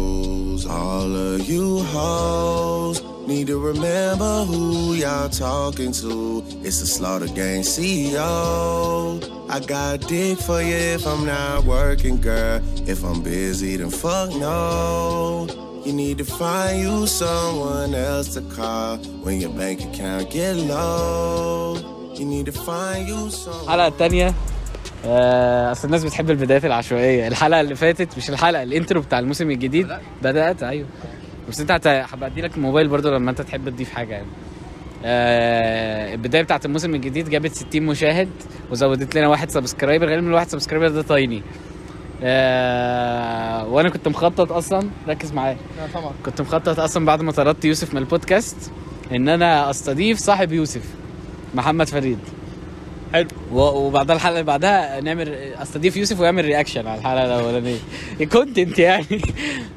Cause all of you hoes need to remember who y'all talking to. It's the Slaughter Gang CEO. I got dick for you if I'm not working, girl. If I'm busy, then fuck no. You need to find you someone else to call when your bank account get low. You need to find you someone. الحلقه الثانيه آه، اصل الناس بتحب البدايات العشوائيه الحلقه اللي فاتت مش الحلقه الانترو بتاع الموسم الجديد بدات ايوه بس انت هت- هبقى ادي لك الموبايل برضو لما انت تحب تضيف حاجه يعني آه، البدايه بتاعت الموسم الجديد جابت 60 مشاهد وزودت لنا واحد سبسكرايبر غالبا الواحد سبسكرايبر ده تايني آه، وانا كنت مخطط اصلا ركز معايا لا طبعا كنت مخطط اصلا بعد ما طردت يوسف من البودكاست ان انا استضيف صاحب يوسف محمد فريد حلو. و- وبعدها الحلقه اللي بعدها نعمل استضيف يوسف ويعمل رياكشن على الحلقه الاولانيه كونتنت يعني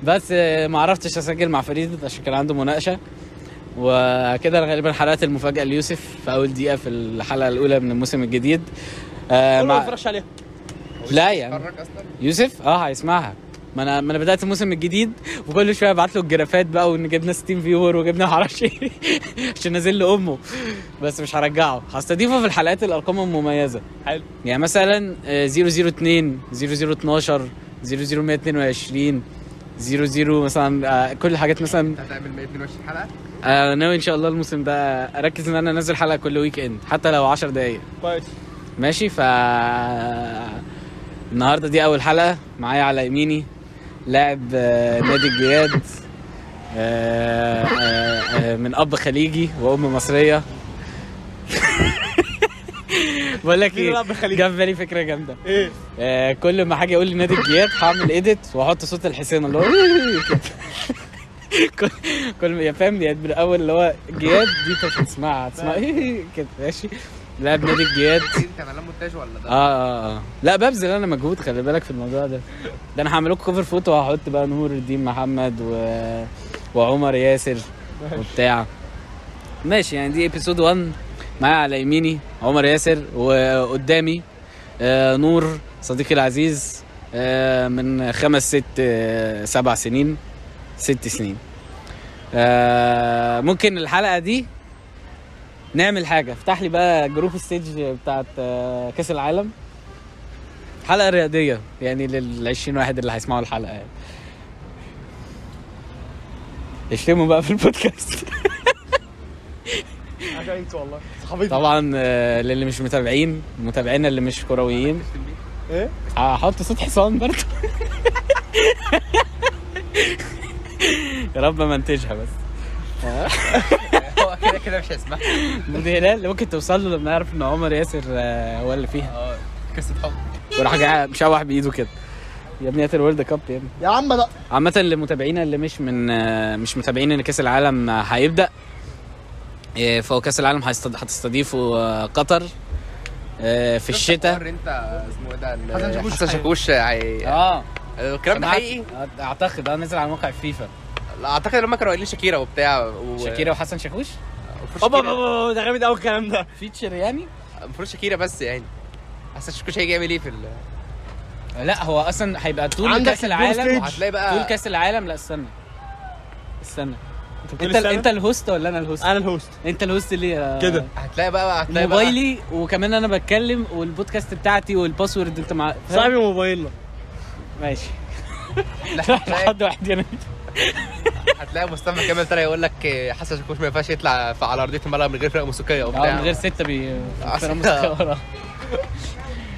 بس آه، ما عرفتش اسجل مع فريد عشان كان عنده مناقشه وكده غالبا حلقات المفاجاه ليوسف في اول دقيقه في الحلقه الاولى من الموسم الجديد آه، قول ما مع- اتفرجش عليها لا يا عم. اتفرج اصلا يوسف اه هيسمعها ما انا ما انا بدات الموسم الجديد وكل شويه ابعت له الجرافات بقى وان جبنا 60 فيور وجبنا معرفش ايه عشان نازل له امه بس مش هرجعه هستضيفه في الحلقات الارقام المميزه حلو يعني مثلا آه، 002 0012 00122 00 مثلا آه، كل الحاجات مثلا هتعمل 122 حلقه آه، ناوي ان شاء الله الموسم ده اركز ان انا انزل حلقه كل ويك اند حتى لو 10 دقائق كويس ماشي ف النهارده دي اول حلقه معايا على يميني لاعب آه، نادي الجياد آه، آه، آه، من اب خليجي وام مصريه بقول لك مين ايه الأب الخليجي؟ جاب بالي فكره جامده ايه آه، كل ما حاجه يقول لي نادي الجياد هعمل ايديت واحط صوت الحسين اللي هو كده. كل كل ما يا فاهم يعني من الاول اللي هو جياد دي انت مش هتسمعها هتسمع كده ماشي لاعب نادي الجياد انت ملام مونتاج ولا آه, اه اه لا ببذل انا مجهود خلي بالك في الموضوع ده ده انا هعمل لكم كفر فوتو وهحط بقى نور الدين محمد و... وعمر ياسر وبتاع ماشي يعني دي ابيسود 1 معايا على يميني عمر ياسر وقدامي آه نور صديقي العزيز آه من خمس ست آه سبع سنين ست سنين آه ممكن الحلقه دي نعمل حاجه افتح لي بقى جروب الستيج بتاعت آه، كاس العالم حلقه رياضيه يعني لل 20 واحد اللي هيسمعوا الحلقه يعني. اشتموا بقى في البودكاست حاجه انت والله صحابي طبعا آه، للي مش متابعين متابعينا اللي مش كرويين ايه هحط صوت حصان برضه يا رب ما انتجها بس هو كده كده مش هيسمع دي هلال ممكن توصل له لما يعرف ان عمر ياسر آه، هو اللي فيها اه قصه حب وراح جاي مشوح بايده كده يا ابني هات الورلد كاب يا ابني يا عم لا عامة لمتابعينا اللي مش من آه، مش متابعين ان كاس العالم آه، هيبدأ آه، فهو كاس العالم هيستض- هتستضيفه آه، قطر آه، في الشتاء انت اسمه ايه ده ال- حسن شاكوش حسن شاكوش هي- اه الكلام ده سمعت- حقيقي أعت- اعتقد اه نزل على موقع فيفا لا، اعتقد ان هم كانوا قايلين شاكيرا وبتاع و... شاكيرا وحسن شاكوش المفروض بابا شاكيرا- بابا ده جامد قوي الكلام ده فيتشر يعني المفروض شاكيرا بس يعني حسن شاكوش هيجي يعمل ايه في ال... لا هو اصلا هيبقى طول عندك كاس البلاي العالم ستيج. هتلاقي بقى طول كاس العالم لا استنى استنى بتقول انت ال- استنى؟ انت الهوست ولا انا الهوست انا الهوست انت الهوست ليه يا- كده. هتلاقي بقى هتلاقي بقى- موبايلي وكمان انا بتكلم والبودكاست بتاعتي والباسورد انت مع فاهم؟ صاحبي موبايلنا ماشي لا، هتلاقي حد واحد هنا هتلاقي مصطفى كامل طلع يقول لك إيه، حسن شاكوش ما ينفعش يطلع في- على ارضيه الملعب من غير فرقه موسيقيه اه وبتاع من غير سته بي فرقة آه، ستة. مسكرة.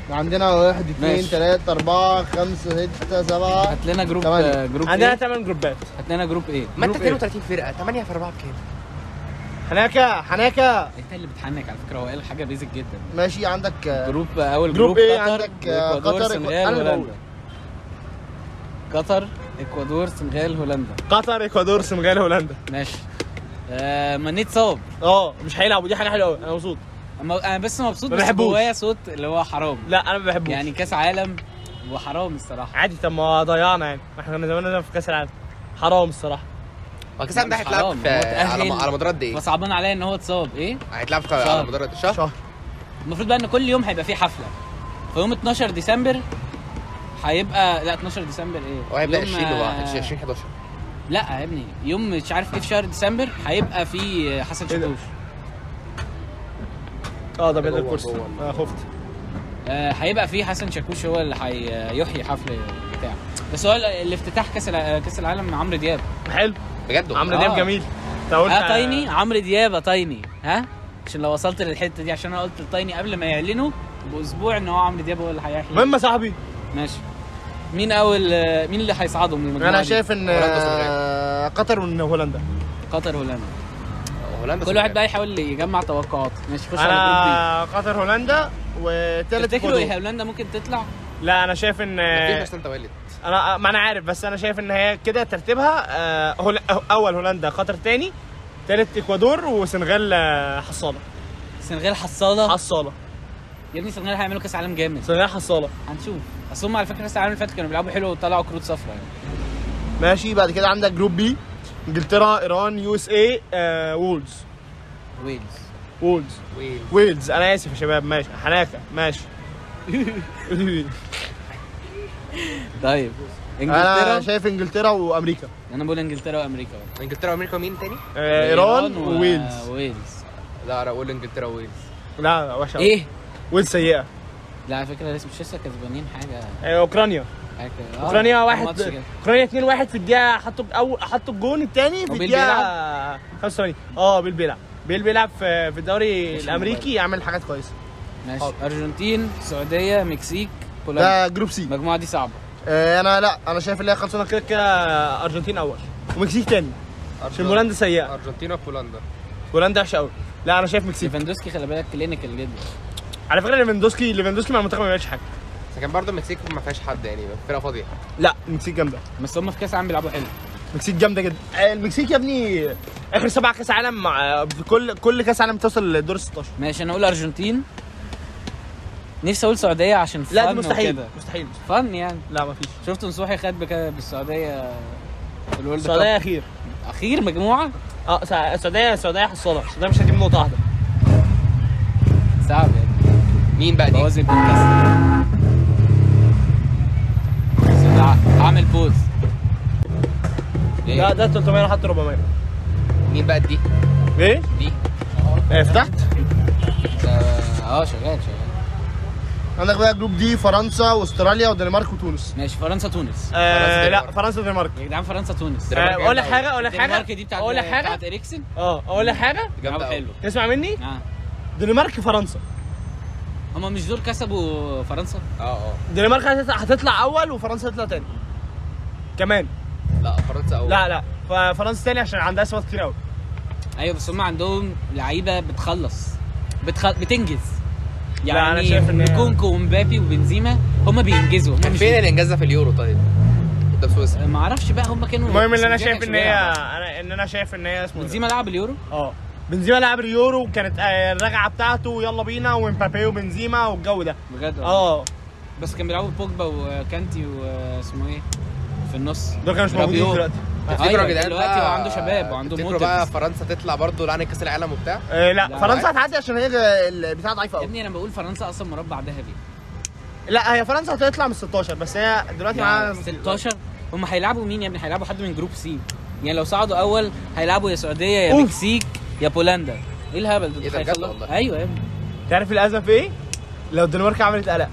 عندنا واحد اثنين ماشي. ثلاثة أربعة خمسة ستة سبعة هات لنا جروب تمام. آه، جروب عندنا ايه 8 جروبات هات لنا جروب ايه ما انت جروب إيه؟ 32 فرقه 8 في 4 بكام؟ حناكه حناكه انت اللي بتحنك على فكره هو قال حاجه بيزك جدا ماشي عندك آه، جروب آه، اول جروب جروب إيه؟ قطر، عندك، آه، وإكوادور، قطر، سنغال، أنا اللي هولندا. قطر اكوادور سنغال هولندا قطر اكوادور سنغال هولندا ماشي آه منيت صواب اه مش هيلعبوا دي حاجه حلوه قوي انا مبسوط أما- انا بس مبسوط ما بس بحبوش. جوايا صوت اللي هو حرام لا انا ما بحبوش يعني يعني كاس عالم وحرام الصراحه عادي طب ما ضيعنا يعني ما احنا كنا زماننا في كاس العالم حرام الصراحه هو كاس العالم ده مش هيتلعب حرام، في هو على اتأهل. على مدار قد ايه؟ فصعبان عليا ان هو اتصاب ايه هيتلعب في- شهر. على مدار قد- شهر المفروض بقى ان كل يوم هيبقى فيه حفله فيوم 12 ديسمبر هيبقى لا 12 ديسمبر ايه؟ وهيبدأ يوم، 20 آه، 20 11 لا يا ابني يوم مش عارف ايه في شهر ديسمبر هيبقى في حسن إيه ده؟ شاكوش اه ده بدأ جوه- الكورس جوه. انا خفت آه، هيبقى في حسن شاكوش هو اللي هيحيي حفل بتاع بس هو ال- الافتتاح كاس الع- كاس العالم عمرو دياب حلو بجد والله. آه. عمرو دياب جميل انت قلت اه تايني عمرو دياب يا تايني ها عشان لو وصلت للحته دي عشان انا قلت لتايني قبل ما يعلنوا باسبوع ان هو عمرو دياب هو اللي هيحيي المهم يا صاحبي ماشي مين اول آه، مين اللي هيصعدوا من المجموعه انا دي؟ شايف ان هولندا آه، قطر وهولندا قطر هولندا هولندا كل واحد بقى يحاول يجمع توقعات ماشي خش على جروب انا قطر هولندا بي وتالت تفتكروا كودو إيه، هولندا ممكن تطلع لا انا شايف ان مفيش عشان توالد انا ما انا عارف بس انا شايف ان هي كده ترتيبها آه، هول... اول هولندا قطر تاني تالت اكوادور وسنغال آه، حصاله السنغال حصاله حصاله يا ابني السنغال هيعملوا كاس عالم جامد سنغال حصاله هنشوف اصل هم على فكره كاس العالم اللي فات كانوا بيلعبوا حلو وطلعوا كروت صفراء يعني ماشي بعد كده عندك جروب بي انجلترا ايران يو اس اي وولز ويلز وولز ويل ويلز انا اسف يا شباب ماشي حناكه ماشي آه، طيب انجلترا انا انا, شايف انجلترا وامريكا أنا بقول انجلترا وامريكا أهو. انجلترا وامريكا ومين تاني؟ آه، ايران وويلز ويلز لا انا اقول انجلترا وويلز لا لا، وحشه أوي. ايه ويلز سيئه لا على فكره لسه مش لسه كسبانين حاجه آه، اوكرانيا حاجه كده. آه، اوكرانيا كان واحد ماتش كده. اوكرانيا 2 1 في الدقيقه حطوا اول حطوا الجون الثاني في وبيل الدقيقه 85 اه بيل بيلعب بيل بيلعب في في الدوري الامريكي يعمل حاجات كويسه ماشي حاضر. ارجنتين السعوديه مكسيك بولندا ده جروب سي المجموعه دي صعبه آه، انا لا انا شايف اللي هي خلصانه اصلا كده كده ارجنتين اول ومكسيك ثاني عشان آه. أرجن- هولندا سيئه ارجنتينا وبولندا هولندا وحشه قوي لا انا شايف مكسيك ليفاندوسكي خلي بالك كلينيكال جدا على فكره ليفاندوسكي ليفاندوسكي مع المنتخب ما بيعملش حاجه بس كان برضه المكسيك ما فيهاش حد يعني فرقه فاضيه لا المكسيك جامده بس هم في كاس العالم بيلعبوا حلو المكسيك جامده جدا آه، المكسيك يا ابني اخر سبع كاس عالم مع كل كل كاس عالم بتوصل لدور 16 ماشي انا اقول ارجنتين نفسي اقول سعوديه عشان لا فن دي مستحيل وكده. مستحيل فن يعني لا ما فيش شفت نصوحي خد بك- بالسعوديه في الورلد السعوديه كاب اخير اخير مجموعه اه سع- السعوديه السعوديه حصاله السعوديه مش هتجيب نقطه واحده صعب يعني مين بقى دي؟ بوظ البودكاست بس ده عامل بوز لا ده 300 لحد 400 مين بقى دي؟ ايه؟ دي آه، فتحت آه، اه شغال شغال عندك بقى جروب دي فرنسا واستراليا والدنمارك وتونس ماشي فرنسا تونس آه الدنمارك. لا فرنسا الدنمارك يا جدعان فرنسا تونس الدنمارك آه، اقول لك جامدة حاجه اقول لك الدنمارك حاجه دي بتاعت اقول لك حاجه بتاعت اريكسن اه اقول لك حاجه جامده بيلعبوا أوي. حلو تسمع مني اه الدنمارك فرنسا هما مش دول كسبوا فرنسا اه اه الدنمارك هتطلع- هتطلع اول وفرنسا هتطلع تاني كمان لا فرنسا اول لا لا ف- فرنسا تاني عشان عندها اصوات كتير قوي ايوه بس هم عندهم لعيبه بتخلص بتخ... بتنجز لا، أنا يعني شايف إن هي- نكونكو ومبابي وبنزيما هم بينجزوا هم كان مش فين الانجاز ده في اليورو طيب؟ قدام سويسرا ما اعرفش بقى هم كانوا المهم اللي انا بنزيما شايف كانش ان هي بيلعب. انا ان انا شايف ان هي اسمه إيه ده؟ بنزيما لعب اليورو اه بنزيما لعب اليورو وكانت آه، الرجعه بتاعته ويلا بينا ومبابي وبنزيما والجو ده بجد والله. اه آه. بس كان بيلعبوا بوجبا وكانتي واسمه ايه في النص دول كانوا مش موجودين رابيو. دلوقتي تفتكروا يا أيوة، جدعان دلوقتي بقى- هو عنده شباب وعنده تفتكروا موتيفز. بقى فرنسا تطلع برضه لعنه كاس العالم وبتاع آه لا لا، فرنسا عادي. هتعدي عشان هي البتاع ضعيفه يا قوي ابني انا بقول فرنسا اصلا مربع ذهبي لا هي فرنسا هتطلع من 16 بس هي دلوقتي معاها يعني 16 هم هيلعبوا مين يا ابني هيلعبوا حد من جروب سي يعني لو صعدوا اول هيلعبوا يا سعوديه يا أوف. مكسيك يا بولندا ايه الهبل ده إيه ده بجد هيخلص- والله. ايوه يا ابني تعرف الازمه في ايه؟ لو الدنمارك عملت قلق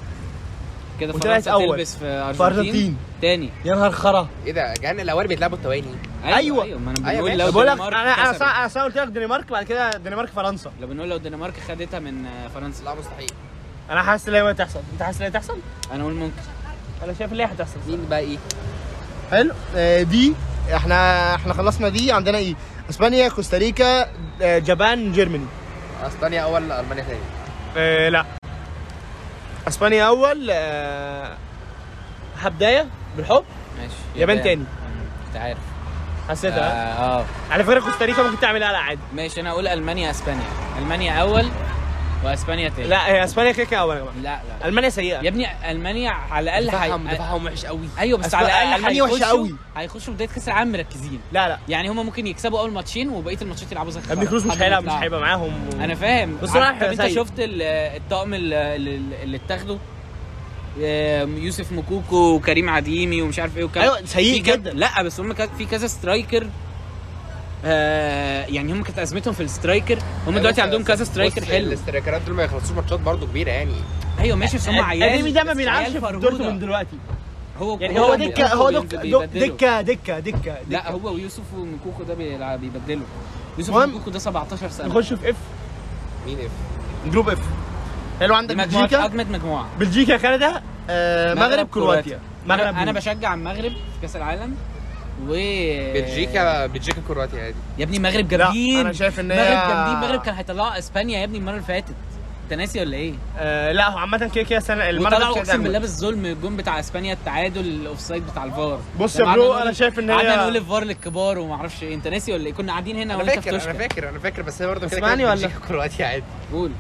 كده وطلعت فرنسا أول. تلبس في في ارجنتين أرجنتين. تاني يا نهار خرا ايه ده يا جدعان الاوائل بيتلعبوا التواني ايوه أيوة. ايوه ما انا أيوة بنقول ماشي. لو بقول لك الدنمارك انا انا كسبت. سا- انا سا- قلت لك دنمارك بعد كده الدنمارك فرنسا لو بنقول لو الدنمارك خدتها من آه، فرنسا لا مستحيل انا حاسس ان هي هتحصل انت حاسس ان هي هتحصل؟ انا اقول ممكن انا شايف ان هي هتحصل مين إيه؟ بقى ايه؟ حلو آه، دي احنا احنا خلصنا دي عندنا ايه اسبانيا كوستاريكا آه، جابان جيرماني اسبانيا اول المانيا ثاني آه لا اسبانيا اول آه هبدايه بالحب ماشي يابان تاني. إيه انت عارف حسيتها اه آه. على فكره كوستاريكا ممكن تعمل قلق عادي ماشي انا اقول المانيا اسبانيا المانيا اول واسبانيا تاني لا هي اسبانيا كده كده اول يا جماعه لا لا المانيا سيئه يا ابني المانيا على الاقل دفاعهم هي... دفاعهم وحش قوي ايوه بس أسب- على الاقل ألمانيا وحشة هيخشوا- قوي. هيخشوا بدايه كاس العالم مركزين لا لا يعني هم ممكن يكسبوا اول ماتشين وبقيه الماتشات يلعبوا زي يا ابني الخرا. كروز مش حد ما هيلعب مش يطلع. هيبقى معاهم انا فاهم بس عارف- رايح طب انت سيء. شفت ال- الطقم ال- ال- اللي اتاخده آم، يوسف موكوكو وكريم عديمي ومش عارف ايه وكذا أيوة، ايوه سيء في كا- جدا لا بس هم كا- في كذا سترايكر آه يعني هم كانت ازمتهم في السترايكر أيوة، هم دلوقتي عندهم كذا سترايكر حلو الاسترايكرات دول ما يخلصوش ماتشات برضه كبيره يعني ايوه ماشي بس هم عيال ادمي ده ما بس بيلعبش عيال في فرهودة. دورتموند دلوقتي هو يعني هو, هو دكه هو دك- بيبدلوا. دك- دكه دكه دكه لا هو ويوسف ومكوكو ده بيلعب بيبدلوا يوسف المهم- ومكوكو ده 17 سنه نخش في اف مين اف جروب اف حلو دي عندك مجموعه بلجيكا اجمد مجموعه بلجيكا كندا آه، مغرب كرواتيا مغرب مغرب انا مين؟ بشجع المغرب في كاس العالم و آه. بلجيكا بلجيكا كرواتيا عادي يا ابني المغرب لا جامدين انا شايف ان هي المغرب جامدين المغرب كان هيطلعوا اسبانيا يا ابني المره اللي فاتت انت ناسي ولا ايه؟ آه، لا هو عامة كده كده سنة المغرب وطلعوا كده اقسم أجمل. بالله بالظلم الجون بتاع اسبانيا التعادل الاوفسايد بتاع الفار بص لما يا برو، قعدنا نقول- أنا شايف إن هي- قعدنا نقول الفار للكبار وما اعرفش ايه انت ناسي ولا ايه كنا قاعدين هنا انا وانت فاكر في انا توشكا فاكر انا فاكر بس هي برضه كده اسمعني كانت ولا؟ بلجيكا كرواتيا عادي قول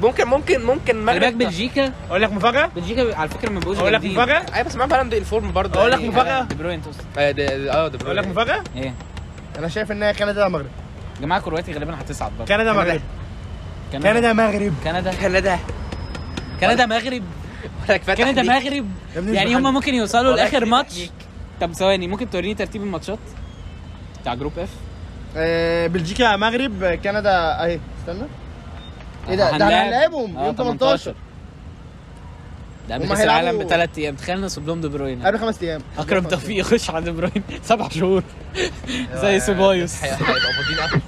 ممكن ممكن ممكن خلي بالك المغرب بلجيكا أقول لك مفاجأة بلجيكا على فكره ما بقوش أقول لك جامدين. مفاجأة ايوه بس معاهم هالاند ان فورم برضه أقول لك يعني. مفاجأة؟ دي بروين توصل اه ده اه ده أقول لك برونو. مفاجأة ايه انا شايف ان هي كندا مغرب جماعه كرواتي غالبا هتصعد برضه كندا مغرب كندا مغرب كندا كندا كندا مغرب ولا كفايه كندا تحليل. مغرب يا ابني مش يعني هما بحلل. ممكن يوصلوا والله لاخر كتير ماتش تكنيك. طب ثواني ممكن توريني ترتيب الماتشات بتاع جروب اف آه، بلجيكا مغرب آه، كندا اهي استنى ايه ده ده هنلاعب- هنلاعبهم آه، يوم 18 ده قبل هما كاس العالم هيلعبوا- بثلاث ايام تخيل نصب لهم دي بروين قبل خمس ايام اكرم توفيق يخش على دي بروين سبع شهور آه، زي سيبايوس هي- هيبقوا فاضيين قوي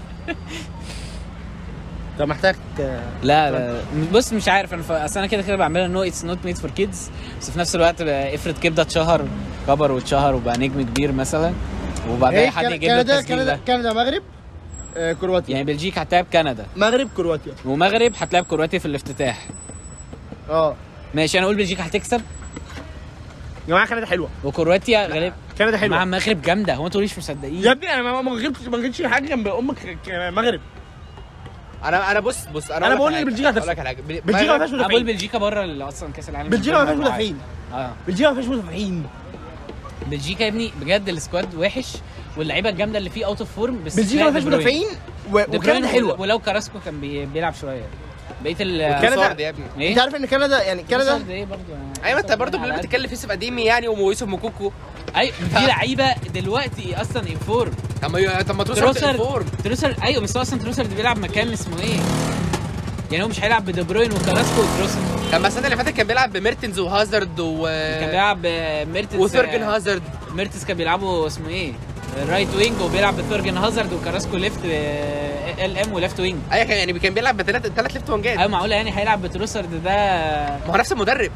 طب محتاج آه، لا لا بص مش عارف انا ف... اصل انا كده كده بعملها نو اتس نوت ميد فور كيدز بس في نفس الوقت بقى افرض كبده اتشهر كبر واتشهر وبقى نجم كبير مثلا وبعدين ايه حد كن- يجيب له كندا التسجيل كندا ده كندا مغرب آه، كرواتيا يعني بلجيكا هتلاعب كندا مغرب كرواتيا ومغرب هتلاعب كرواتيا في الافتتاح اه ماشي انا اقول بلجيكا هتكسب يا جماعة كندا حلوة وكرواتيا غالبا كندا مع حلوة المغرب جامده هو انتوا ليش مصدقين يا ابني أنا ما ما غلطتش ما غلطتش حاجة جنب أمك ك- مغرب انا انا بص بص انا أنا أقول لك بقول على إن حاجة، بلجيكا هتكسب. أقول لك على حاجه بل- بلجيكا ما مغرب- فيهاش أنا بقول مدافعين بلجيكا بره اللي اصلا كاس العالم بلجيكا ما فيهاش بيكون مدافعين اه بلجيكا ما فيهاش مدافعين بلجيكا يا ابني بجد السكواد وحش واللعيبه الجامده اللي فيه اوت اوف فورم بس كفاية بلجيكا ما فيهاش دي بروين. مدافعين و- دي بروين وكندا حلوه ولو كاراسكو كان بي- بيلعب شويه بقيه ال كندا- بوسارد يا ابني ايه انت عارف ان كندا يعني كندا بوسارد ايه برضه ايوه انت برضه اللي بتتكلم في يوسف قديمي يعني ويوسف موكوكو ايوه في لعيبه دلوقتي اصلا ان فورم طب ما طب ما تروسر تروسر فورم تروسر ايوه بس هو اصلا تروسر بيلعب مكان اسمه ايه يعني هو مش هيلعب بدي بروين وكاراسكو وتروسر طب ما السنه اللي فاتت كان بيلعب بميرتنز وهازارد و كان بيلعب آه، ميرتنس وثورجن آه، هازارد ميرتس كان بيلعبوا اسمه ايه رايت وينج وبيلعب بثورجن هازارد وكاراسكو آه، ليفت ال ام وليفت وينج ايوه كان يعني كان بيلعب بثلاث ثلاث ليفت وانجات ايوه معقوله يعني هيلعب بتروسرد ده ما هو نفس المدرب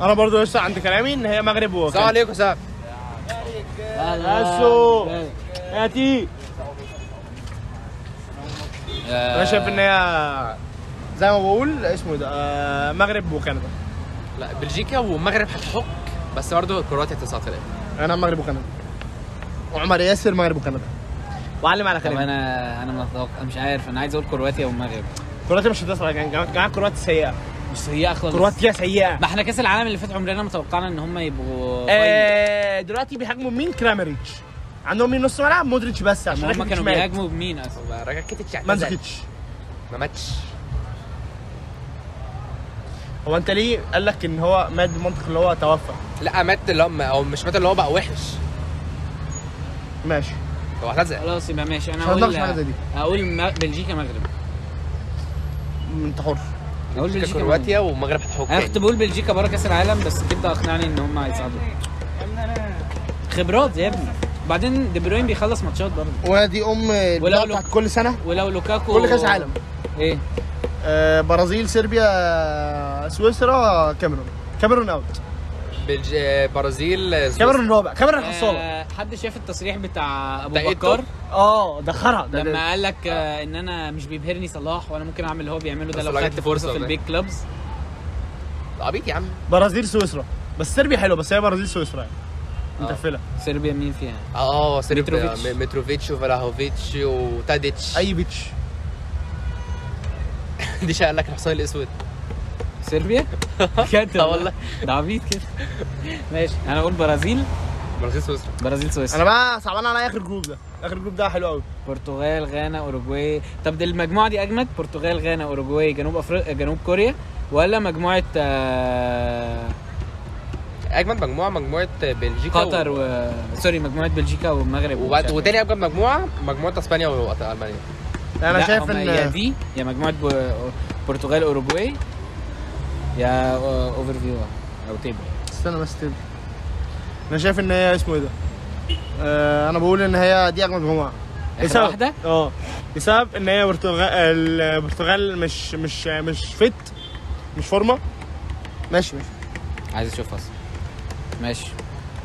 أنا برضو لسه عند كلامي إن هي مغرب السلام وكندا عليكم سلام أسو. يا تي آه. أنا شايف إن هي زي ما بقول اسمه ده آه، مغرب وكندا لا بلجيكا والمغرب هتحك بس برضه كرواتيا تصعد في الاخر انا مغرب وكندا وعمر ياسر مغرب وكندا وعلم على طب كلامي انا انا ما أتوقع- مش عارف انا عايز اقول كرواتيا والمغرب كرواتيا مش هتصل يا جماعة جماعة كرواتيا سيئة مش سيئه خالص كرواتيا سيئة ما احنا كاس العالم اللي فات عمرنا ما توقعنا ان هم يبقوا final. آه، دلوقتي بيهاجموا مين كرامريتش عندهم مين نص ملعب مودريتش بس طب عشان هم راكب كانوا شمال. بيهاجموا بمين اصلا راجع كيتش اعتزل. مانزوكيتش ما ماتش هو انت ليه قال لك ان هو مات بمنطق اللي هو توفى لا مات اللي هم او مش مات اللي هو بقى وحش ماشي هو اعتزل خلاص يبقى ماشي انا مش هنناقش حاجة اقول زي دي. اقول م- بلجيكا مغرب انت حر اقول بلجيكا بلجيكا كرواتيا والمغرب هتحك انا كنت بقول بلجيكا بره كاس العالم بس كده اقنعني ان هم هيصعدوا خبرات يا ابني وبعدين دي بروين بيخلص ماتشات برضه ودي ام البطاقة لو- بتاعت كل سنه ولو لوكاكو كل كاس عالم ايه آه، برازيل صربيا سويسرا كاميرون كاميرون اوت بلج... برازيل كاميرون الرابع كاميرون الحصاله آه حد شاف التصريح بتاع ابو ده إيه بكر التوب؟ آه، اه دخرها ده- ده- لما قال لك آه ان انا مش بيبهرني صلاح وانا ممكن اعمل اللي هو بيعمله ده بس لو لو جت خدت فرصه فرصة في ولا إيه؟ البيج كلوبز عبيط يا عم برازيل سويسرا بس صربيا حلوه بس هي برازيل سويسرا يعني آه. متقفله سربيا مين فيها؟ اه سيربيا متروفيتش. م- متروفيتش وفلاهوفيتش وتاديتش اي بيتش دي شقة لك الحصان الاسود سربيا؟ بجد آه والله. ده عبيط كده ماشي انا اقول برازيل برازيل سويسرا برازيل انا سويسرا بقى صعبان عليا اخر جروب ده اخر جروب ده حلو قوي برتغال غانا اوروجواي طب دي المجموعه دي اجمد برتغال غانا اوروجواي جنوب افريقيا جنوب كوريا ولا مجموعه آه، اجمد مجموعه مجموعه بلجيكا قطر و... سوري مجموعه بلجيكا والمغرب و... ومش وبعد- عارف إيه. وتاني اجمد مجموعه مجموعه اسبانيا والمانيا انا لا، شايف هما يا ان دي يا مجموعه بو- برتغال اوروجواي يا آه، اوفر فيو او تيبل استنى بس تب انا شايف ان هي اسمه إيه ايه ده آه، انا بقول ان هي دي اجمد مجموعه اخر واحده اه بسبب ان هي برتغال البرتغال مش مش مش فت مش فورمه ماشي ماشي عايز اشوف اصلا ماشي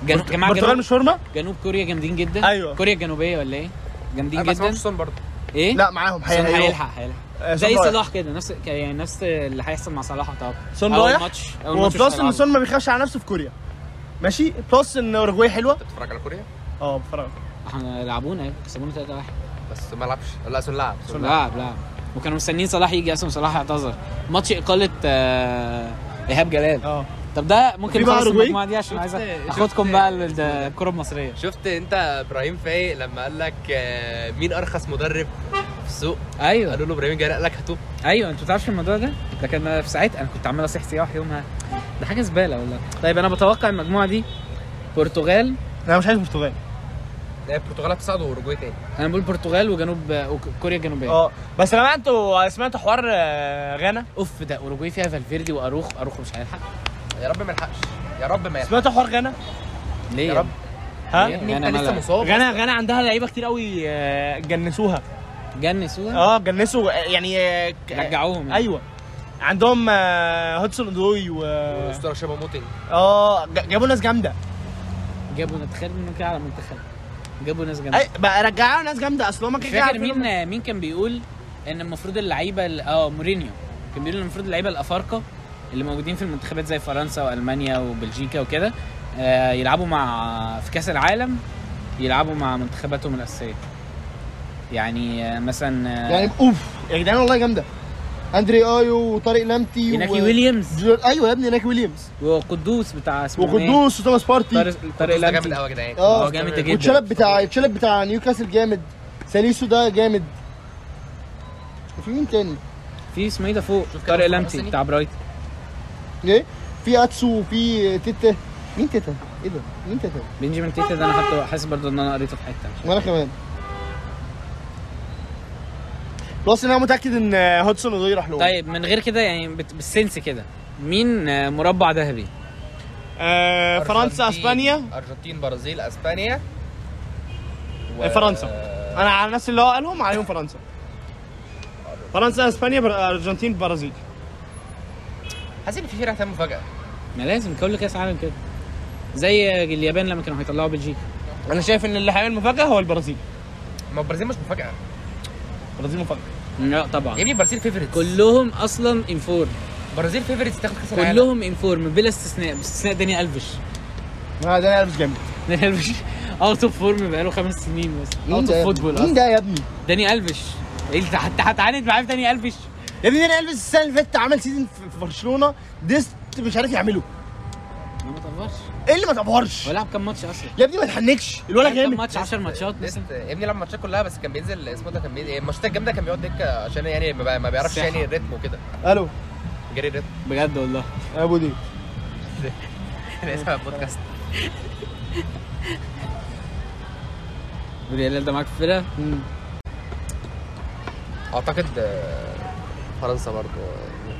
جن... برت- جماعه البرتغال جنوب... مش فورمه جنوب كوريا جامدين جدا أيوة. كوريا الجنوبيه ولا ايه جامدين بس جدا ماتش سون برضه ايه لا معاهم سون حقيقة هيلحق هيلحق آه، زي سون رايح. صلاح كده نفس ك- يعني نفس اللي هيحصل مع صلاح اتوقع سون أول رايح ماتش اول ماتش وبلس ان هيلعبه. سون ما بيخافش على نفسه في كوريا ماشي بلس ان اوروجواي حلوه بتتفرج على كوريا اه بفرق احنا لعبونا ايه كسبونا 3 1 بس ما لعبش لا سون لعب سون لعب لعب لعب وكانوا مستنيين صلاح يجي اصلا صلاح اعتذر ماتش اقاله آه، ايهاب جلال آه. اه طب ده ممكن في بقى نخلص أوروجواي؟ المجموعه دي عشان عايز شفت- اخدكم شفت- بقى لل- الكره المصريه شفت انت ابراهيم فايق لما قال لك آه، مين ارخص مدرب في السوق ايوه قالوا له ابراهيم جاي قال لك هاتوه ايوه انتوا تعرفش الموضوع ده؟ ده كان في ساعتها انا كنت عمال اصيح صياح يومها ده حاجه زباله والله طيب انا بتوقع المجموعه دي برتغال انا مش عايز برتغال لا البرتغال هتصعد واوروجواي تاني انا بقول برتغال وجنوب وكوريا الجنوبيه آه. اه بس لما انتوا سمعتوا حوار آه، غانا اوف ده اوروجواي فيها فالفيردي واروخ اروخ مش هيلحق يا رب ما يلحقش يا رب ما يلحقش سمعتوا حوار غانا ليه يا رب ليه؟ ها غانا انت لسه مالها؟ مصاب غانا غانا عندها لعيبه كتير قوي آه، جنسوها جن سودا اه جنسوا آه، يعني آه، ك- رجعوهم أيوة. يعني. ايوه عندهم آه، هودسون ادوي و الاسطوره شبه موتين اه ج- جابوا ناس جامده جابوا نتخيل انه كده على منتخب جابوا ناس جامده أي- بقى رجعوا ناس جامده اصل هما مش كده كده فاكر عارفين هما- مين مين كان بيقول ان المفروض اللعيبه ال- اه مورينيو كان بيقول ان المفروض اللعيبه الافارقه اللي موجودين في المنتخبات زي فرنسا والمانيا وبلجيكا وكده آه يلعبوا مع في كاس العالم يلعبوا مع منتخباتهم الاساسيه يعني آه مثلا آه يعني اوف يا جدعان والله جامده اندري ايو وطارق لمتي إيناكي ويليامز جول- ايوه يا ابني ناكي ويليامز وقدوس بتاع اسمه إيه؟ وقدوس وتوماس بارتي طارق طارق ده جامد لمتي قوي يا جدعان اه. هو جامد جدا والشلب بتاع الشلب بتاع نيوكاسل جامد ساليسو ده جامد وفي مين تاني؟ في اسمه ايه ده فوق شوف كده طارق مصطفى لمتي حسني. بتاع برايت ايه؟ في اتسو وفي تيتا مين تيتا؟ ايه ده؟ مين تيتا؟ بنجامين تيتا ده انا حتى حاسس برضه ان انا قريته في حته مش عارف. وانا كمان بلس ان انا متاكد ان آه، هودسون ادوي راح له طيب من غير كده يعني بت- بالسنس كده مين آه، مربع ذهبي آه، فرنسا آه، أرجنتين- اسبانيا ارجنتين برازيل اسبانيا آه، فرنسا انا على الناس اللي هو قالهم عليهم فرنسا فرنسا اسبانيا بر- ارجنتين برازيل حاسس ان في فرقه هتعمل مفاجاه ما لازم كل كاس عالم كده زي آه، اليابان لما كانوا هيطلعوا بلجيكا انا شايف ان اللي هيعمل مفاجاه هو البرازيل ما البرازيل مش مفاجاه البرازيل مفاجاه لا يا طبعا ابني البرازيل فيفرتس كلهم اصلا انفور البرازيل فيفرتس تاخد كاس العالم كلهم انفور من بلا استثناء باستثناء داني الفيش آه، ده لابس جامد داني الفيش اوت اوف فورم بقاله خمس سنين بس مين اوت اوف ده يا فوتبول آه. ابني؟ مين اصلا ده يا ابني؟ داني الفيش إيه اللي حت- هتعاند معاه في داني الفيش يا ابني انا البس السنه اللي فاتت عمل سيزون في في برشلونه ديست مش عارف يعمله ما مطورش ايه اللي ما تقفرش هو لعب كام ماتش اصلا يا ابني ما تحنكش الولد لعب كام جامد ماتش 10 ماتشات لسه مثلا يا ابني لعب الماتشات كلها بس كان بينزل اسمه ده كان بينزل الماتشات الجامده كان بيقعد دكه عشان يعني ما بي- ما بيعرفش الساحة. يعني الريتم وكده الو جري الريتم بجد والله يا ابو دي انا اسف على البودكاست ريال ده معاك في الفرقه اعتقد آه، فرنسا برضه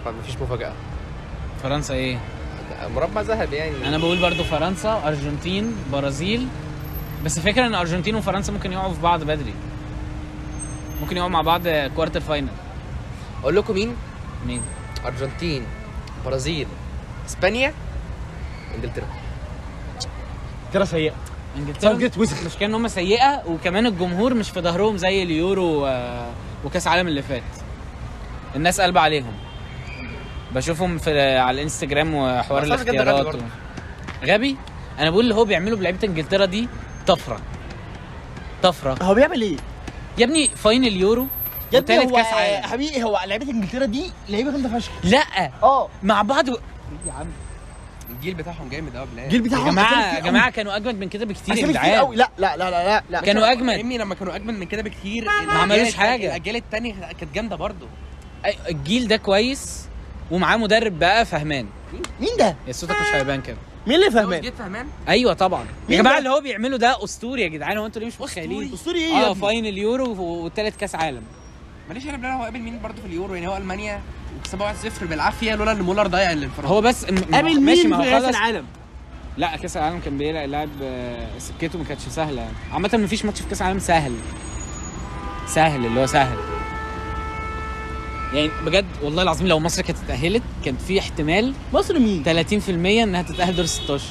آه، مفيش مفاجاه فرنسا ايه مربع ذهب يعني انا بقول برضو فرنسا ارجنتين برازيل بس الفكره ان ارجنتين وفرنسا ممكن يقعوا في بعض بدري ممكن يقعوا مع بعض كوارتر فاينل اقول لكم مين مين ارجنتين برازيل اسبانيا انجلترا ترى سيئه انجلترا جيت وسخ مش كان هم سيئه وكمان الجمهور مش في ظهرهم زي اليورو آه، وكاس العالم اللي فات الناس قلبة عليهم بشوفهم في آه، على الانستجرام وحوار بس على فكرة ده غبي الاختيارات و... برضه. غبي انا بقول اللي هو بيعمله بلعيبه انجلترا دي طفره طفره هو بيعمل ايه؟ يا ابني فاينل يورو يا ابني وتالت هو كاس آه، عالم حبيبي هو لعيبه انجلترا دي لعيبه جامده فشخ لا اه مع بعض و... الجيل بتاعهم جامد قوي بالله الجيل يا بتاعهم جماعه يا أسامي كتير جماعه كانوا اجمد من كده أوي. بكتير يا أسامي كتير جدعان قوي لا لا لا لا لا كانوا اجمد امي لما كانوا اجمد من كده بكتير ما عملوش حاجة. الاجيال التانية كانت جامده برضه أي- الجيل ده كويس ومعاه مدرب بقى فهمان مين ده؟ يا صوتك مش هيبان كده مين اللي فهمان؟ جيت فهمان ايوه طبعا يا مين جماعه ده؟ اللي هو بيعمله ده اسطوري يا جدعان هو انتوا ليه مش متخيلين اسطوري ايه يا اه ابني؟ فاينل يورو والتالت كاس عالم ماليش انا هو قابل مين برضه في اليورو يعني هو المانيا وكسبها 1-0 بالعافيه لولا ان مولر ضيع الانفراد هو بس م- قابل ماشي، مين ما هو في كاس خلص- العالم؟ لا كاس العالم كان بيلعب لاعب آه، سكته ما كانتش سهله يعني عامه ما فيش ماتش في كاس العالم سهل سهل اللي هو سهل يعني بجد والله العظيم لو مصر كانت اتاهلت كان في احتمال مصر مين؟ 30% انها تتاهل دور 16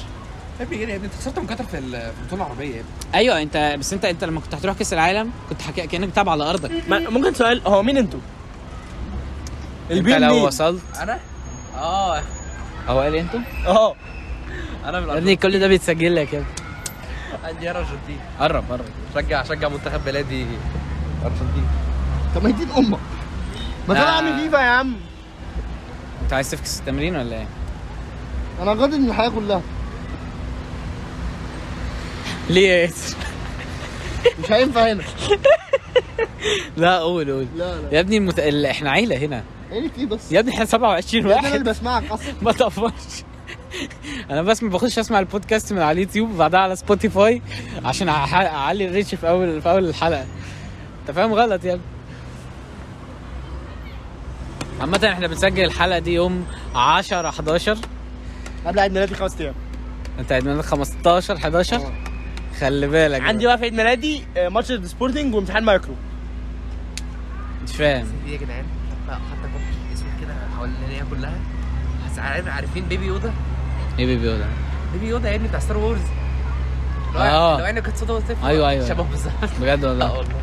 يا ابني ايه يا ابني انت خسرت من قطر في ال- في البطوله العربيه يا ابني ايوه انت بس انت انت لما كنت هتروح كاس العالم كنت حكي... كانك بتلعب على ارضك ما- ممكن سؤال هو مين انتوا؟ انت البيل مين؟ لو وصلت انا اه هو قال إيه انت اه انا من يا ابني كل ده بيتسجل لك يا ابني عندي ارجنتين إيه؟ قرب قرب شجع شجع منتخب بلادي ارجنتين طب ما يدين امك ما لا. تلعب عن فيفا يا عم انت عايز تفكس التمرين ولا ايه؟ انا غاضب من الحياه كلها ليه يا ياسر؟ مش هينفع هنا لا قول قول لا لا يا ابني المت... ال- احنا عيله هنا عيني ايه بس يا ابني احنا 27 يا ابني انا واحد اللي بسمعك اصلا ما تقفش انا بس ما باخدش اسمع البودكاست من على اليوتيوب وبعدها على سبوتيفاي عشان أح- اعلي الريتش في اول في اول الحلقه انت فاهم غلط يا ابني عامة احنا بنسجل الحلقة دي يوم 10 11 قبل عيد ميلادي خمس ايام انت عيد ميلادك 15 11 خلي بالك بقى. عندي بقى في عيد ميلادي آه، ماتش سبورتنج وامتحان مايكرو مش فاهم ايه يا جدعان حتى حتى كنت اسود كده حوالينا كلها حس- عارف- عارفين بيبي يودا ايه بيبي يودا بيبي يودا يا ابني بتاع ستار وورز لو- آه. لو انا كنت صوته طفل أيوة، أيوة. شبه بالظبط بجد لا والله والله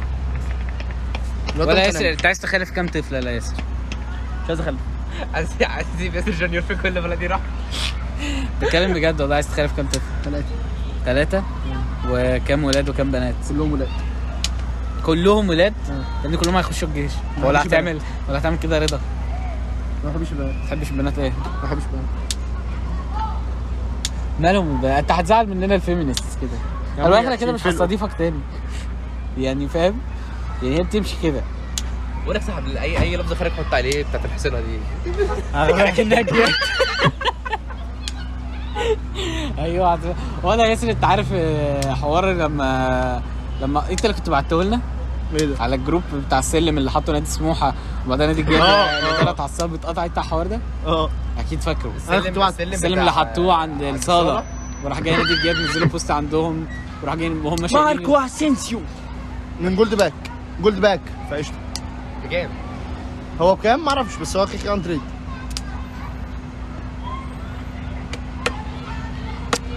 ولا ياسر انت عايز تخلف كام طفل يا ياسر؟ مش عايز اخلف عايز عايز يسيب ياسر جونيور في كل بلد يروح بتكلم بجد والله عايز تخلف كام طفل؟ ثلاثه ثلاثة وكام ولاد وكام بنات؟ كلهم ولاد كلهم ولاد آه. لان كلهم هيخشوا الجيش ما اه. ولا بحبش هتعمل ولا هتعمل كده رضا ما بحبش البنات ما تحبش البنات ايه ما بحبش البنات مالهم البنات؟ انت هتزعل مننا الفيمينست كده عم انا احنا يحشي كده مش الفيلم. هستضيفك تاني يعني فاهم يعني هي بتمشي كده بقول لك صاحب اي اي لفظ خارج حط عليه بتاعت الحسنه دي لكنها كبيرة ايوه عاد- وانا ياسر انت عارف آه، حوار لما لما انت اللي كنت بعته لنا ايه ده؟ على الجروب بتاع السلم اللي حطه نادي سموحه وبعدين نادي اه، الجيش اه. طلعت على الصاله بتقطع انت الحوار ده اه اكيد فاكره كنت بعت- السلم اللي حطوه عند الصاله وراح جاي نادي الجياد نزلوا بوست عندهم وراح جاي وهم شايلين اسينسيو من جولد باك جولد باك فقشطه بجام هو بكام ما اعرفش بس هو كيك اون تريد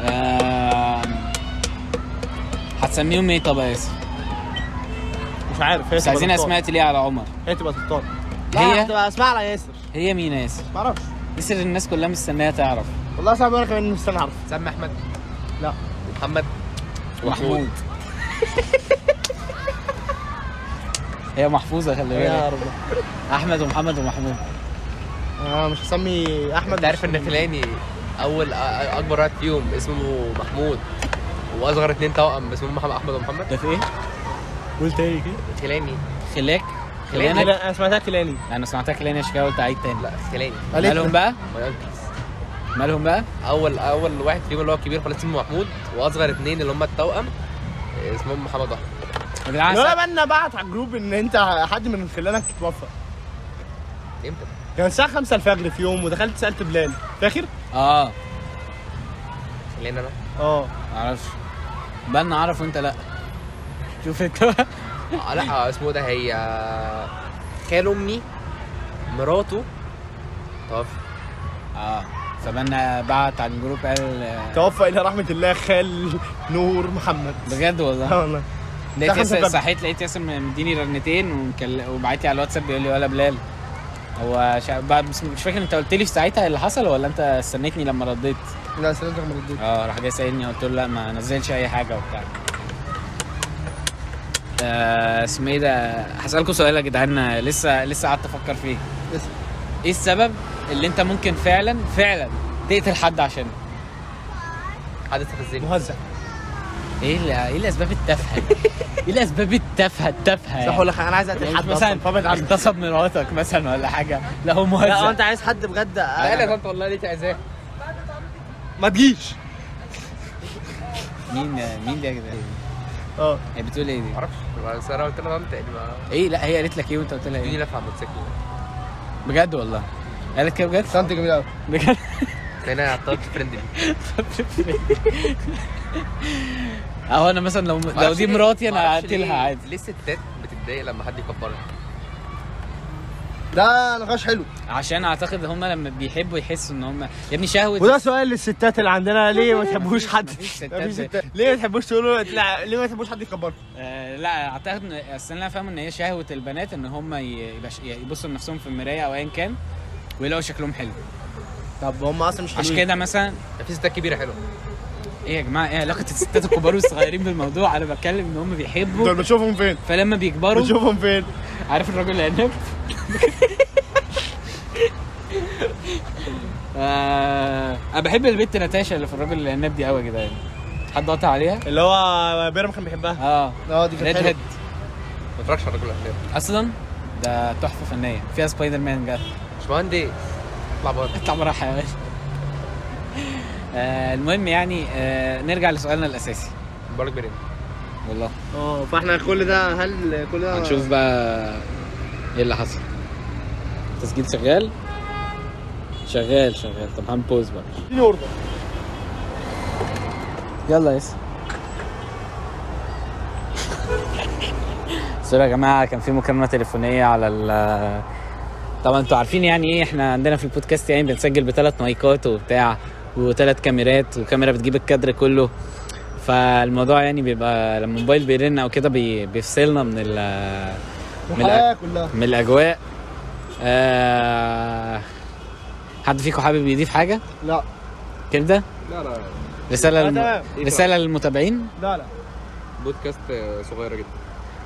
آم، هتسميهم ايه طب يا ياسر؟ مش عارف هي بس عايزين اسماء تليق على عمر هي تبقى سلطان هي؟ لا هتبقى اسمها على ياسر هي مين يا ياسر؟ ما اعرفش ياسر الناس كلها مستنيه تعرف والله صعب انا كمان مستني اعرف سمي احمد لا. محمد ومحمود هي محفوظه خلي بالك رب احمد ومحمد ومحمود انا مش هسمي احمد انت عارف مش ان هسمي- فلاني اول أ- اكبر واحد فيهم اسمه محمود واصغر اتنين توأم اسمهم محمد احمد ومحمد ده في ايه؟ قول تاني كده خلاني خلاك؟ خلانك؟ لا، انا سمعتها كلاني انا سمعتها خلاني عشان كده قلت عيد تاني لا خلاني قالت مالهم لي. بقى؟ ماي أنكلز. مالهم بقى؟ اول اول واحد فيهم اللي هو الكبير خالص اسمه محمود واصغر اتنين اللي هم التوأم اسمهم محمد احمد يا جدعان لو بقى انا بعت على الجروب ان انت حد من خلانك اتوفى امتى؟ كان الساعه 5 الفجر في يوم ودخلت سالت بلال فاكر؟ اه خلاني انا اه معرفش بان اعرف وانت لا شوف انت بقى آه، لا آه، اسمه ده هي خال امي مراته توفى اه فبنا بعت على الجروب قال آه، توفى الى رحمه الله خال نور محمد بجد اه والله والله لقيت دخل ياسر سبب. صحيت لقيت ياسر مديني رنتين ومكل- وبعت لي على الواتساب بيقول لي ولا بلال هو شا... بعد بس مش فاكر انت قلت لي في ساعتها اللي حصل ولا انت استنيتني لما رديت لا سالت رقم رديت اه راح جاي سالني قلت له لا ما نزلش اي حاجه وبتاع آه، اسمه ايه ده هسالكم سؤال يا جدعان لسه لسه قعدت افكر فيه اسأل. ايه السبب اللي انت ممكن فعلا فعلا تقتل حد عشانه حد استفزني مهزأ ايه ايه ال- ايه الاسباب التافهه دي؟ ايه الاسباب التافهه التافهه صح يعني؟ ولا خ- انا عايز يعني اقتل مش حد مثلا اصلا فابعد عنه اغتصب مراتك مثلا ولا حاجه لا هو لا هو مهزأ انت عايز حد بجد لا لا طنط والله ليك عزاه ما تجيش مين مين ده يا جدعان؟ اه هي بتقول ايه دي؟ معرفش بس انا قلت لها طنط يعني ما ايه لا هي قالت لك ايه وانت قلت لها اديني ايه؟ لفه على الموتوسيكل بجد والله قالت كده بجد؟ سنت جميل قوي بجد هنا عطلت فريندلي اهو انا مثلا لو لو معرفش دي ليه- مراتي انا معرفش هقتلها ليه- عادي ليه الستات بتتضايق لما حد يكبرها؟ ده نقاش حلو عشان اعتقد هم لما بيحبوا يحسوا ان هم يا ابني شهوه وده سؤال للستات اللي عندنا ليه ما تحبوش حد مفيش ستات مفيش زي- ستات. ليه ما تحبوش تقولوا لا، ليه ما تحبوش حد يكبره آه لا اعتقد ان اصل انا فاهم ان هي شهوه البنات ان هم ي- يبقى ش- يبصوا لنفسهم في المرايه او ايا كان ويلاقوا شكلهم حلو طب هم اصلا مش عشان كده مثلا في ستات كبيره حلوه ايه يا جماعه ايه علاقه الستات الكبار والصغيرين بالموضوع انا بتكلم ان هم بيحبوا دول بتشوفهم فين؟ فلما بيكبروا بتشوفهم فين؟ عارف الراجل العنب آه، انا بحب البت ناتاشا اللي في الراجل العناب دي قوي يا جدعان حد قاطع عليها اللي هو بيرم كان بيحبها اه اه دي ريد كانت حلوه هيد ما اتفرجش على الرجل الأخير. اصلا ده تحفه فنيه فيها سبايدر مان جت مش مهندس اطلع بره اطلع بره حيوان آه، المهم يعني آه، نرجع لسؤالنا الاساسي مبارك برين والله اه فاحنا كل ده هل كل ده هنشوف بقى ايه اللي حصل تسجيل شغال شغال شغال طب هنبوز بقى اديني اوردر يلا يا ياسر سوري يا جماعه كان في مكالمه تليفونيه على ال طبعا انتوا عارفين يعني ايه احنا عندنا في البودكاست يعني بنسجل بثلاث مايكات وبتاع وثلاث كاميرات وكاميرا بتجيب الكادر كله فالموضوع يعني بيبقى لما الموبايل بيرن او كده بي- بيفصلنا من ال من الأ- الحياه آه، كلها من الاجواء آه... حد فيكم حابب يضيف حاجه لا كده لا لا رساله لا، للم... تمام. رساله للمتابعين لا لا بودكاست صغيره جدا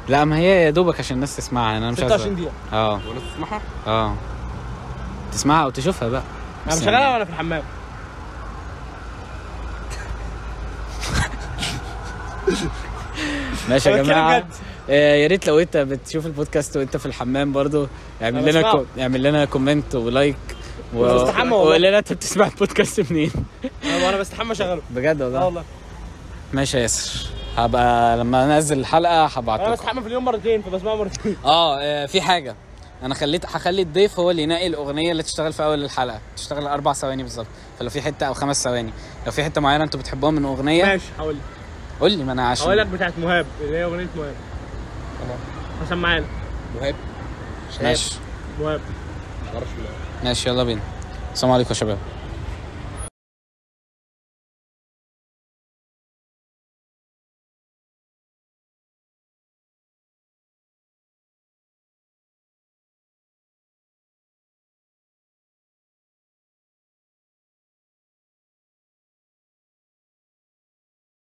لا ما هي يا دوبك عشان الناس تسمعها انا مش عايز 26 دقيقه اه والناس تسمعها اه تسمعها او تشوفها بقى انا بس مشغلها يعني- وانا في الحمام ماشي يا أنا بتكلم جماعه جد. آه يا ريت لو انت بتشوف البودكاست وانت في الحمام برضو اعمل أنا لنا بسمعه. كو... اعمل لنا كومنت ولايك و... أنا بستحمى والله. وقول لنا انت بتسمع البودكاست منين أنا- وانا بستحمى اشغله بجد اه والله والله ماشي يا ياسر هبقى لما انزل الحلقه هبعت انا لكم. بستحمى في اليوم مرتين فبسمعها مرتين اه آه، في حاجه انا خليت هخلي الضيف هو اللي ينقي الاغنيه اللي تشتغل في اول الحلقه تشتغل اربع ثواني بالظبط فلو في حته او خمس ثواني لو في حته معينه انتوا بتحبوها من اغنيه ماشي هقول لك قول لي ما انا عشان هقول لك بتاعت مهاب اللي هي اغنيه مهاب هسمعها لك مهاب شاب ماشي مهاب معرفش مين. ماشي يلا بينا السلام عليكم يا شباب